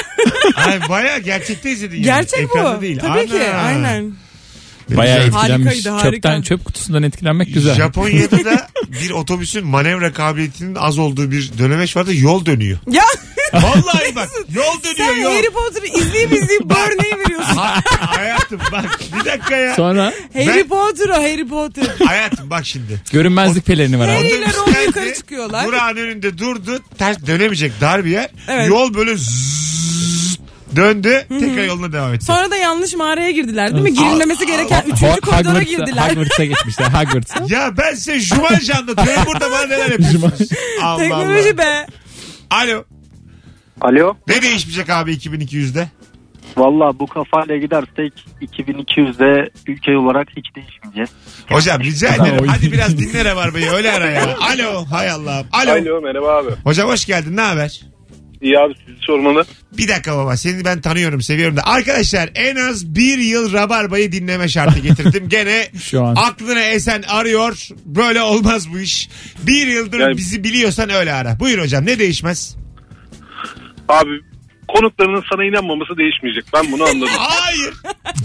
Ay baya gerçekte izledin yani. Gerçek Ekranda bu. Değil. Tabii ki Ana. aynen. Bayağı Güzel. etkilenmiş. Harikaydı, harika. Çöpten çöp kutusundan etkilenmek güzel. Japonya'da da bir otobüsün manevra kabiliyetinin az olduğu bir dönemeç vardı. Yol dönüyor. Ya Vallahi bak yol dönüyor sen yol. Harry Potter'ı izleyip izleyip bu örneği veriyorsun. Ha, hayatım bak bir dakika ya. Sonra Harry Potter o Harry Potter. Hayatım bak şimdi. görünmezlik pelerini var abi. Harry- Birileri orada Geldi, yukarı çıkıyorlar. Burak'ın önünde durdu. Ters dönemeyecek dar bir yer. Evet. Yol böyle zzzz döndü. Tekrar yoluna devam etti. Sonra da yanlış mağaraya girdiler değil mi? Girilmemesi gereken Ho- üçüncü koridora Hogwarts'a- girdiler. Hogwarts'a gitmişler. Hogwarts'a. Ya ben size Jumanji anlatıyorum. Burada bana neler yapıyorsunuz. Allah Teknoloji Allah. be. Alo. Alo. Ne değişmeyecek abi 2200'de? Valla bu kafayla gidersek 2200'de ülke olarak hiç değişmeyeceğiz. Hocam rica Tamam, ederim. o- Hadi biraz dinle Rabarba'yı öyle ara ya. Alo. Hay Allah'ım. Alo. Alo merhaba abi. Hocam hoş geldin. Ne haber? İyi abi sizi sormalı. Bir dakika baba seni ben tanıyorum seviyorum da. Arkadaşlar en az bir yıl Rabarba'yı dinleme şartı getirdim. Gene Şu an. aklına esen arıyor. Böyle olmaz bu iş. Bir yıldır Yani- bizi biliyorsan öyle ara. Buyur hocam ne değişmez? Abi konuklarının sana inanmaması değişmeyecek. Ben bunu anladım. Hayır.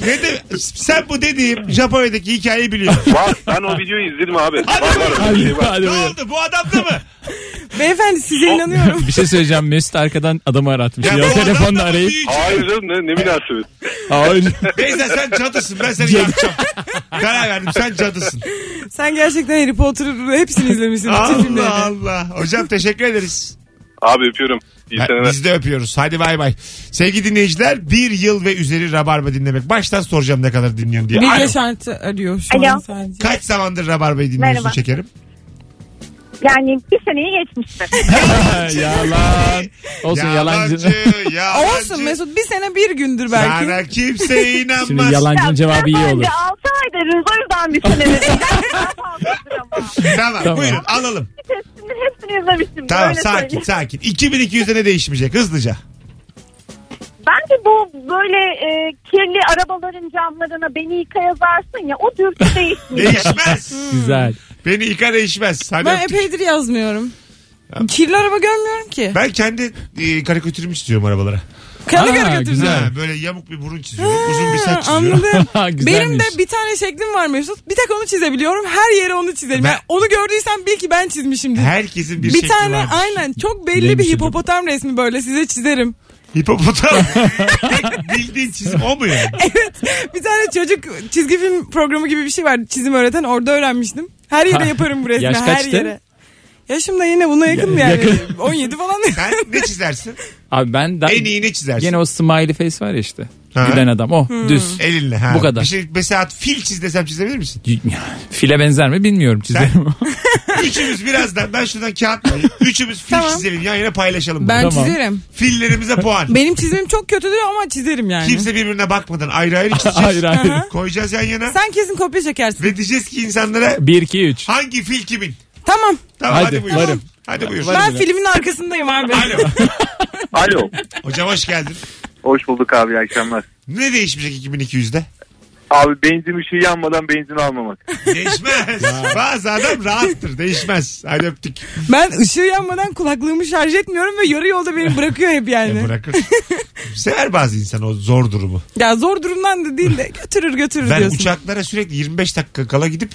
ne de, sen bu dediğim Japonya'daki hikayeyi biliyorsun. Var, ben o videoyu izledim abi. Var, Hadi var, öyle bir şey Hadi, var. hadi ne buyurun. oldu bu adam da mı? Beyefendi size inanıyorum. Bir şey söyleyeceğim. Mesut arkadan adamı aratmış. Ya, bu adam da telefonla mı arayıp. büyük? Hayır canım ne, ne münasebet. Hayır. Beyza sen cadısın ben seni yapacağım. Karar verdim sen cadısın. Sen gerçekten Harry Potter'ı hepsini izlemişsin. bütün filmlerini. Allah Allah. Hocam teşekkür ederiz. Abi öpüyorum. İyi Ha, seneler. Biz de öpüyoruz. Hadi bay bay. Sevgili dinleyiciler bir yıl ve üzeri rabarba dinlemek. Baştan soracağım ne kadar dinliyorsun diye. Bir Alo. yaşantı arıyor şu an Alo. sadece. Kaç zamandır rabarbayı dinliyorsun Merhaba. şekerim? Yani bir seneyi geçmiştir. Yalan. Olsun yalancı. yalancı. Olsun Mesut bir sene bir gündür belki. Sana kimse Şimdi inanmaz. yalancının cevabı iyi olur. 6 aydırız o yüzden bir sene vereceğim. Daha fazladır ama. Tamam, Tamam. buyurun alalım. Hepsini, hepsini izlemiştim. Tamam öyle sakin söyleyeyim. sakin. 2200'de ne değişmeyecek hızlıca? Bence bu böyle e, kirli arabaların camlarına beni yıka yazarsın ya o dürtü şey değişmiyor. Değişmez. Güzel. Beni yıkar değişmez. Hadi Ben öptük. epeydir yazmıyorum. Kirli araba görmüyorum ki. Ben kendi e, karikatürümü çiziyorum arabalara. Kendi Aa, karikatürü. güzel. Ha, böyle yamuk bir burun çiziyorum. uzun bir saç çiziyorum. Anladım. Benim Güzelmiş. de bir tane şeklim var Mesut. Bir tek onu çizebiliyorum. Her yere onu çizerim. Ben- Yani onu gördüysen bil ki ben çizmişimdir. Herkesin bir, bir şekli tane varmış. aynen çok belli Neymiş bir acaba? hipopotam resmi böyle size çizerim. Hipopotam. Bildiğin çizim o mu yani? Bir tane çocuk çizgi film programı gibi bir şey vardı. Çizim öğreten orada öğrenmiştim. Her yere yaparım bu resmi. Yaş her kaçtı? yere. Yaşım da yine buna yakın yani. 17 falan. Sen ne çizersin? Abi ben da, en iyi ne çizersin? gene o smiley face var ya işte. Ha. Gülen adam. O Hmm. düz. Elinle. Ha. Bu kadar. Bir şey, mesela fil çiz desem çizebilir misin? File benzer mi bilmiyorum çizerim. Üçümüz birazdan ben şuradan kağıt alayım. Üçümüz fil Tamam. çizelim yan yana paylaşalım. Ben bunu. Tamam. çizerim. Fillerimize puan. Benim çizimim çok kötüdür ama çizerim yani. Kimse birbirine bakmadan ayrı ayrı çizeceğiz. hayır hayır. Koyacağız yan yana. Sen kesin kopya çekersin. Ve diyeceğiz ki insanlara 1 2 3. hangi fil kimin? Tamam. Tamam hadi, Hadi, buyur. varım. Hadi buyur. ben filmin arkasındayım abi. Alo. Alo. Hocam hoş geldin. Hoş bulduk abi iyi akşamlar. Ne değişmeyecek 2200'de? Abi benzin ışığı yanmadan benzin almamak. Değişmez. Bazı adam rahattır. Değişmez. Hadi öptük. Ben ışığı yanmadan kulaklığımı şarj etmiyorum ve yarı yolda beni bırakıyor hep yani. E, bırakır. Sever bazı insan o zor durumu. ya zor durumdan da değil de götürür götürür Ben diyorsun. uçaklara sürekli 25 dakika kala gidip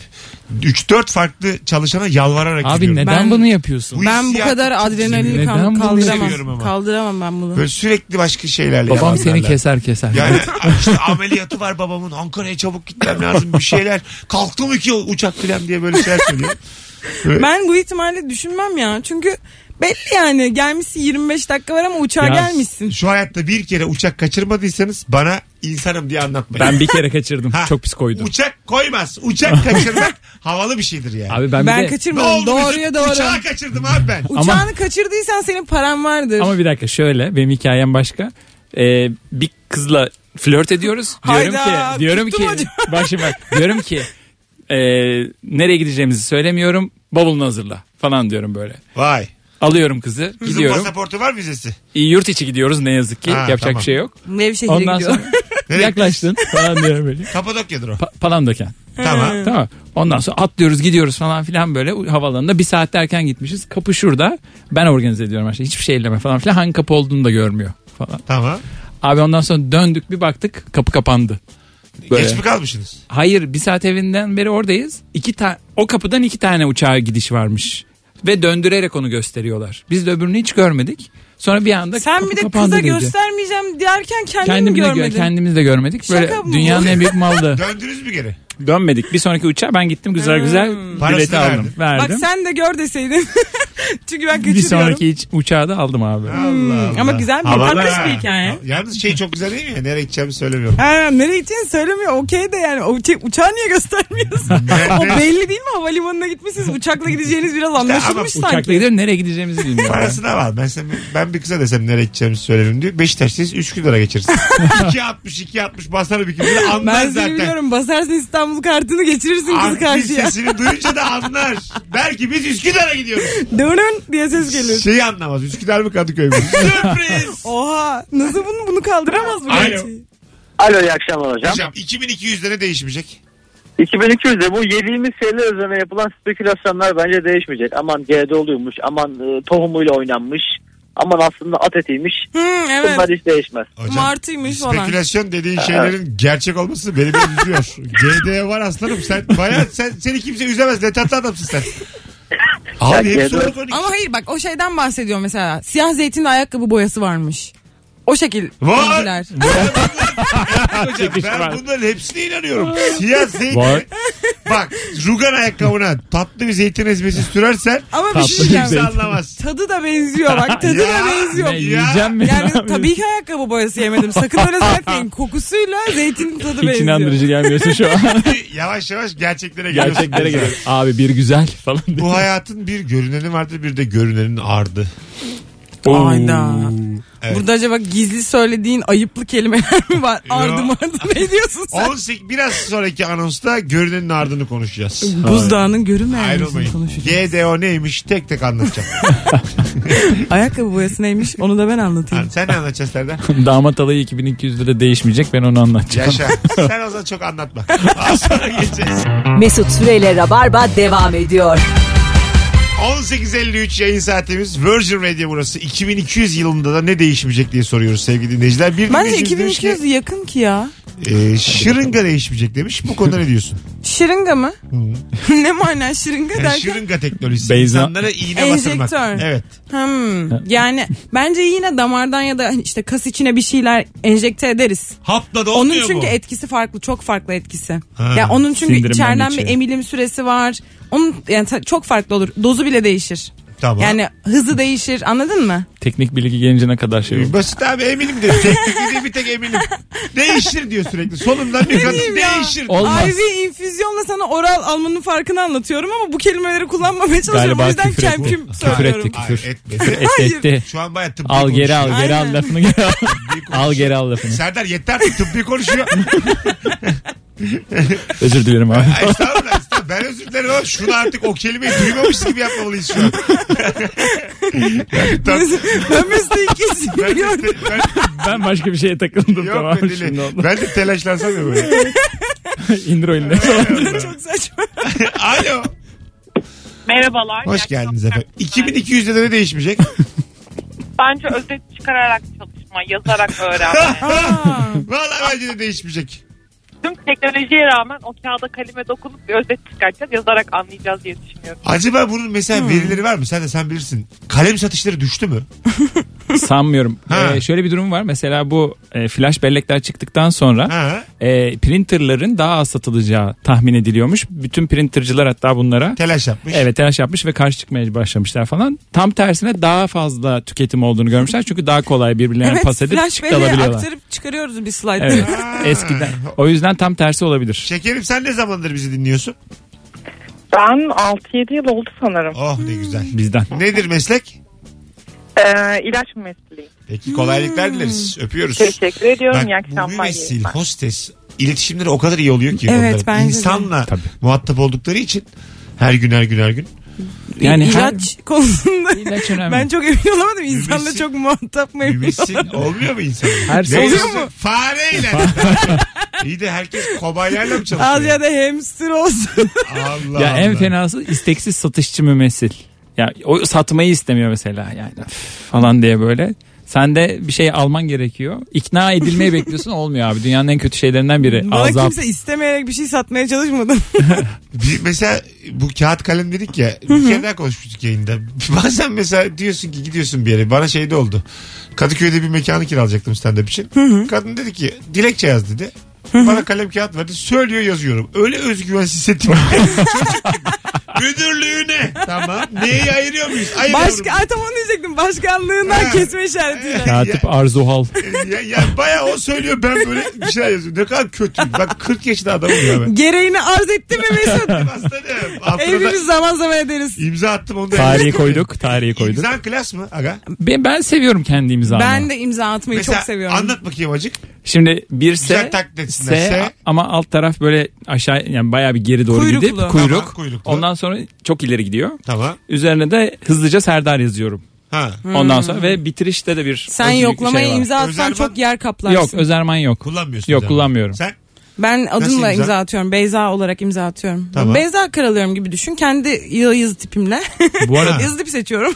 3-4 farklı çalışana yalvararak Abi gidiyorum. neden Ben- bunu yapıyorsun? Ben bu hissiyatı kadar adrenalini Neden kan- bunu seviyorum kaldıramam. ama? Kaldıramam ben bunu. Böyle sürekli başka şeylerle Babam yalan seni derler. keser keser. Yani işte ameliyatı var babamın Ankara'ya çabuk gitmem lazım bir şeyler. Kalktım iki uçak filan diye böyle şeyler söylüyor. Böyle- Ben bu ihtimali düşünmem ya. Çünkü belli yani gelmişsin 25 dakika var ama uçağa Ya, gelmişsin. Şu hayatta bir kere uçak kaçırmadıysanız bana insanım diye anlatmayın. Ben bir kere kaçırdım. Ha, Çok pis koydum. Uçak koymaz. Uçak kaçırmak havalı bir şeydir yani. Abi ben, Ben bir de... ne kaçırmadım. oldu? Doğruya doğru. Uçağı kaçırdım abi ben. Uçağını Ama- kaçırdıysan senin paran vardır. Ama bir dakika şöyle benim hikayem başka. Ee, bir kızla flört ediyoruz. Diyorum Hayda, ki diyorum ki tuttum acaba. başıma diyorum ki e, nereye gideceğimizi söylemiyorum. Bavulunu hazırla falan diyorum böyle. Vay. Alıyorum kızı Kızın gidiyorum. pasaportu var vizesi. E, Yurt içi gidiyoruz ne yazık ki Ha, yapacak tamam. bir şey yok. Nevşehir'e Ondan gidiyor. sonra Nereye yaklaştın falan diyorum böyle. Kapadokya'dır o. Pa- Palandöken. tamam. Tamam. Ondan sonra atlıyoruz gidiyoruz falan filan böyle havalarında bir saat erken gitmişiz. Kapı şurada. Ben organize ediyorum her şeyi. Hiçbir şey elleme falan filan. Hangi kapı olduğunu da görmüyor falan. Tamam. Abi ondan sonra döndük bir baktık kapı kapandı. Böyle. Geç mi kalmışsınız? Hayır bir saat evinden beri oradayız. İki ta- o kapıdan iki tane uçağa gidiş varmış. Ve döndürerek onu gösteriyorlar. Biz de öbürünü hiç görmedik. Sonra bir anda Sen kapı bir de kapandı kıza dedi. göstermeyeceğim derken kendini Kendimi de gö- görmedin. kendimiz de görmedik. Böyle Şaka mı dünyanın bu? en büyük malı. Döndünüz mü geri? Dönmedik. Bir sonraki uçağa ben gittim güzel güzel bileti Parasını aldım. Verdim. Hmm. Bak sen de gör deseydin. Çünkü ben kaçırıyorum. bir sonraki iç- uçağa da aldım abi. Allah Allah. Hmm. ama güzel bir- Havalı tatlış ha. bir hikaye. Yalnız şey çok güzel değil mi? ya? Nereye gideceğimi söylemiyorum. Ha, nereye gideceğini söylemiyor. Okey de yani o uça- uçağı niye göstermiyorsun? o belli değil mi? Havalimanına gitmişsiniz. Uçakla gideceğiniz biraz anlaşılmış ama sanki. Uçakla gidiyorum nereye gideceğimizi bilmiyorum. Parasına var. Ben, sen, ben bir kıza desem nereye gideceğimi söylemem diyor. Beşiktaş'tayız Üsküdar'a geçirsin. 2.60 2.60 basar bir kere anlar Ben seni zaten. biliyorum. Basarsın İstanbul kartını geçirirsin kızı Artist karşıya. sesini duyunca da anlar. Belki biz Üsküdar'a gidiyoruz. Dönün diye ses gelir. Şeyi anlamaz. Üsküdar mı Kadıköy mü? Sürpriz. Oha nasıl bunu bunu kaldıramaz bu Alo. gerçeği? Alo iyi akşamlar hocam. Hocam 2200'de ne değişmeyecek? 2200'de bu yediğimiz şeyler üzerine yapılan spekülasyonlar bence değişmeyecek. Aman G'de oluyormuş, aman e, tohumuyla oynanmış, aman aslında at etiymiş. Hı, evet. Bunlar hiç değişmez. Hocam, Martıymış falan. Spekülasyon dediğin şeylerin gerçek olması beni biraz üzüyor. GD var aslanım sen. Bayağı sen, seni kimse üzemez. Ne tatlı adamsın sen. Abi Ya, hepsi GD olur. Ama hayır bak o şeyden bahsediyor mesela. Siyah zeytinde ayakkabı boyası varmış. O şekil Var. bilgiler. Ben bunların hepsine inanıyorum. Siyah zeytin. Var. Bak rugan ayakkabına tatlı bir zeytin ezmesi sürersen Ama bir şey Tatlı diyeceğim. kimse anlamaz. Tadı da benziyor bak. Tadı Ya. da benziyor. Ne, Ya. yiyeceğim mi? Yani Ne tabii ki ayakkabı boyası yemedim. Sakın öyle zannetmeyin. Kokusuyla zeytinin tadı yapıyorsun? benziyor. Hiç inandırıcı gelmiyorsun şu an. yavaş yavaş gerçeklere geliyorsun. Gerçeklere geliyor. Abi bir güzel falan. diye. Bu hayatın bir görüneni vardır bir de görünenin ardı. Ayda. Evet. Burada acaba gizli söylediğin ayıplı kelimeler mi var? Yo. Ardım ardım ne diyorsun sen? 18 biraz sonraki anonsta görünenin ardını konuşacağız. Buzdağının görünmeyen yüzünü Ayrılmayın. konuşacağız. GDO neymiş tek tek anlatacağım. Ayakkabı boyası neymiş onu da ben anlatayım. Lan Sen ne anlatacaksın Serdar? Damat alayı 2200 lira değişmeyecek ben onu anlatacağım. Yaşa. Sen o zaman çok anlatma. Az sonra geleceğiz. Mesut Süreyle Rabarba devam ediyor. 18.53 yayın saatimiz. Virgin Radio burası. 2200 yılında da ne değişmeyecek diye soruyoruz sevgili dinleyiciler. Bir Bence dinleyicimiz demiş 2200 yakın ki ya. ki, e, şırınga değişmeyecek demiş. Bu konuda ne diyorsun? Şırınga mı? ne mana şırınga Yani derken? şırınga teknolojisi. Beyza- İnsanlara iğne Enjektör. batırmak. Evet. Hmm, yani bence yine damardan ya da hani işte kas içine bir şeyler enjekte ederiz. Hapla da olmuyor Onun çünkü e- bu. etkisi farklı, çok farklı etkisi. Ha. Ya onun çünkü Sindirimden içeriden geçiyor. bir emilim süresi var. Onun yani ta- çok farklı olur. Dozu bile değişir. Tamam. Yani hızı değişir. Anladın mı? Teknik bilgi gelince ne kadar şey olur. Basit abi eminim diyor. Teknik değil bir tek eminim. Değişir diyor sürekli. Sonundan bir kadın bileyim ya. değişir. Olmaz. IV infüzyonla sana oral almanın farkını anlatıyorum ama bu kelimeleri kullanmamaya çalışıyorum. Galiba o yüzden küfür etti. kemküm Küfür söylüyorum. etti küfür. Ay, etmedi. Etti etti. Şu an bayağı tıbbi Al geri al konuşuyor. geri al Aynen. lafını geri al. al geri al lafını. Serdar yeter artık, tıbbi konuşuyor. Özür dilerim abi. Ay, estağfurullah, estağfurullah. Ben özür dilerim ama şunu artık o kelimeyi duymamış gibi yapmamalıyız şu an. yani tam, ben mesela ikisini ben, de, biliyorum. ben, ben başka bir şeye takıldım yok tamam be deli. şimdi oldu. ben de telaşlansam ya böyle. İndir o elini. çok saçma. Alo. Merhabalar. Hoş geldiniz efendim. 2200'de de ne değişmeyecek? Bence özet çıkararak çalışma, yazarak öğrenme. Valla bence de değişmeyecek. Tüm teknolojiye rağmen o kağıda kaleme dokunup bir özet çıkartacağız, yazarak anlayacağız diye düşünüyorum. Acaba bunun Hmm. mesela verileri var mı? Sen de sen bilirsin. Kalem satışları düştü mü? Sanmıyorum. Ha. Ee, şöyle bir durum var. Mesela bu e, flash bellekler çıktıktan sonra Ha. e, printerların daha az satılacağı tahmin ediliyormuş. Bütün printercılar hatta bunlara Telaş yapmış. Evet telaş yapmış ve karşı çıkmaya başlamışlar falan. Tam tersine daha fazla tüketim olduğunu görmüşler. Çünkü daha kolay birbirlerine Evet pas edip flash çıktı belleği alabiliyorlar. aktarıp çıkarıyoruz bir slide'ı. Evet eskiden. O yüzden tam tersi olabilir. Şekerim sen ne zamandır bizi dinliyorsun? Ben 6-7 yıl oldu sanırım. Oh Hmm. ne güzel. Bizden. Nedir meslek? Ee, ilaç mesleği. Hmm. Peki kolaylıklar dileriz. Öpüyoruz. Teşekkür ediyorum. iyi Bak bu akşamlar. müvessil, hostes iletişimleri o kadar iyi oluyor ki. Evet, onların. bence de. İnsanla muhatap oldukları için her gün her gün her gün. Yani her- İlaç konusunda İlaç önemli. ben çok emin olamadım. İnsanla Mümessil- çok muhatap mıyım? Müvessil olmuyor mu insan? Her Ne şey Oluyor diyorsun? mu? Fareyle. iyi de herkes kobaylarla mı çalışıyor? Az ya da hamster olsun. Allah ya en Allah. fenası isteksiz satışçı mümessil. Ya o satmayı istemiyor mesela yani "Üf" falan diye böyle. Sen de bir şey alman gerekiyor. İkna edilmeyi bekliyorsun olmuyor abi. Dünyanın en kötü şeylerinden biri. Bana Azap. kimse istemeyerek bir şey satmaya çalışmadı. Bir- mesela bu kağıt kalem dedik ya bir kere daha konuşmuştuk yayında. Bazen mesela diyorsun ki gidiyorsun bir yere bana şey de oldu. Kadıköy'de bir mekanı kiralayacaktım stand-up için. Kadın dedi ki dilekçe yaz dedi. Bana kalem kağıt verdi. Söylüyor yazıyorum. Öyle özgüven hissettim. Çocuk gibi. Müdürlüğüne. Tamam. Neyi ayırıyor muyuz? Ayır Başka, ay tamam diyecektim. Başkanlığından Ha. kesme işaretiyle. Katip Arzuhal. Ya, ya bayağı o söylüyor ben böyle bir şeyler yazıyorum. Ne kadar kötü. Bak 40 yaşında adamım ya ben. Gereğini arz etti mi Mesut? Aslanım. Altına da Evimiz zaman zaman ederiz. imza attım onu da. Tarihi koyduk. Tarihi koyduk. İmzan klas mı? Aga. Ben, ben seviyorum kendi imzamı. Ben de imza atmayı çok seviyorum. Anlat bakayım acık. Şimdi bir Güzel S, taklit etsinler. S, S. ama alt taraf böyle aşağı yani bayağı bir geri doğru Kuyruklu. gidip Tamam, kuyruk. kuyruklu. Ondan sonra çok ileri gidiyor. Tamam. Üzerine de hızlıca Serdar yazıyorum. Ha. Ondan sonra ve bitirişte de bir Hmm. Sen özgü- yoklamaya şey var. imza atsan Özerman- çok yer kaplarsın. Yok Özerman yok. Kullanmıyorsun. Yok, sen. kullanmıyorum. Sen? Ben adımla imza? imza? atıyorum. Beyza olarak imza atıyorum. Tamam. Beyza kralıyorum gibi düşün. Kendi yazı, yazı tipimle. Bu arada yazı tipi seçiyorum.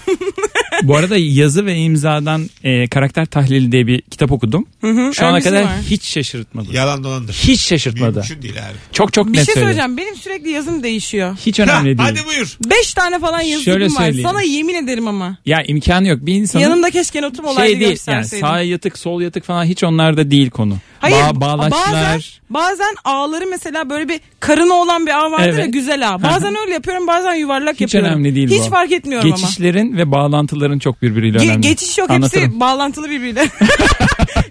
bu arada yazı ve imzadan e, karakter tahlili diye bir kitap okudum. Şu ana öyle bir şey kadar var. hiç şaşırtmadı. Yalan dolandır. Hiç şaşırtmadı. Mümkün değil abi. Çok çok bir net şey söyledi. söyleyeceğim. Benim sürekli yazım değişiyor. Hiç önemli Ha, değil. Hadi buyur. Beş tane falan Şöyle yazım var. söyleyeyim. Sana yemin ederim ama. Ya imkanı yok. Bir insanın Yanımda keşke notum olaydı şey değil. Yani gösterseydim. sağ yatık sol yatık falan hiç onlarda değil konu. Hayır Ba- bazen, bağlaçlar. bazen ağları mesela böyle bir karını olan bir ağ vardır ya Evet. güzel ağ. Bazen öyle yapıyorum bazen yuvarlak Hiç yapıyorum. önemli değil Hiç bu. fark etmiyorum ama. Geçişlerin ve bağlantıların çok birbiriyle Ge- önemli. geçiş yok Anlatırım. hepsi bağlantılı birbiriyle.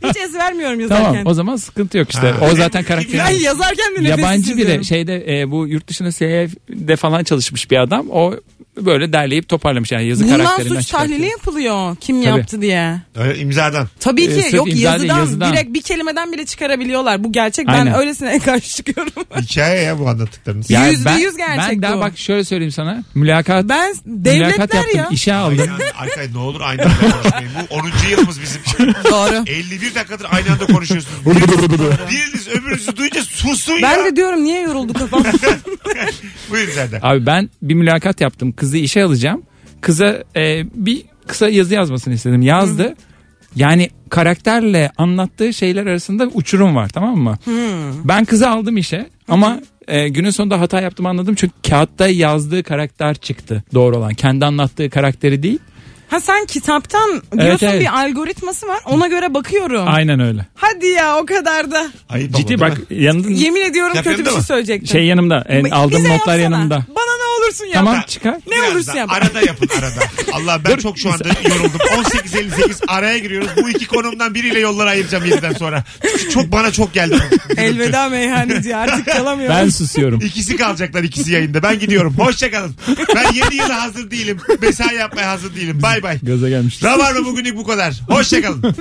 Hiç es vermiyorum yazarken. Tamam o zaman sıkıntı yok işte. Ha. O zaten Ben karakter. yazarken de nefessiz Yabancı biri şey yazıyorum. şeyde e, bu yurt dışında SEF'de falan çalışmış bir adam. O böyle derleyip toparlamış yani yazı Bundan karakterinden suç tahlili çıkartıyor. yapılıyor kim Tabii. yaptı diye. Öyle imzadan. Tabii Ee, ki sırf yok imza değil, yazıdan, yazıdan. direkt bir kelimeden bile çıkarabiliyorlar. Bu gerçek Aynen. ben öylesine karşı çıkıyorum. Hikaye ya bu anlattıklarınız. Yani Yüzde ben- yüz gerçek Ben daha bu. bak şöyle söyleyeyim sana. Mülakat ben mülakat devletler yaptım. ya. işe aldım. Aynı anda, arkadaş ne olur aynı anda konuşmayın. Bu 10. yılımız bizim. Doğru. 51 dakikadır aynı anda konuşuyorsunuz. Biriniz, biriniz öbürünüzü duyunca susun Ben ya. de diyorum niye yoruldu kafam. Buyurun Serdar. Abi ben bir mülakat yaptım. Kızı işe alacağım. Kıza e, bir kısa yazı yazmasını istedim. Yazdı. Yani karakterle anlattığı şeyler arasında uçurum var tamam mı? Ben kızı aldım işe ama e, günün sonunda hata yaptığımı anladım. Çünkü kağıtta yazdığı karakter çıktı doğru olan. Kendi anlattığı karakteri değil. ha sen kitaptan diyorsun evet. bir algoritması var ona göre bakıyorum. Aynen öyle. Hadi ya o kadar da. Ayıp Ciddi ama, bak değil mi? yanında Yemin ediyorum Kitap kötü bir yanında şey mı? söyleyecektim. şey yanımda. E, Bize aldığım notlar yapsana. yanımda. Bana ne olursun yap. Tamam çıkar. Ne Biraz olursun da yap. Arada yapın arada. Allah ben çok şu anda yoruldum. 18.58 araya giriyoruz. Bu iki konumdan biriyle yolları ayıracağım yeniden sonra. Çünkü çok bana çok geldi. bu gürültü. Elveda meyhaneci artık çalamıyorum. Ben susuyorum. İkisi kalacaklar ikisi yayında. Ben gidiyorum. Hoşçakalın. Ben yeni yıla hazır değilim. Mesai yapmaya hazır değilim. Bay bay. Gaza gelmiştim. Rabarba bugünlük bu kadar. Hoşçakalın.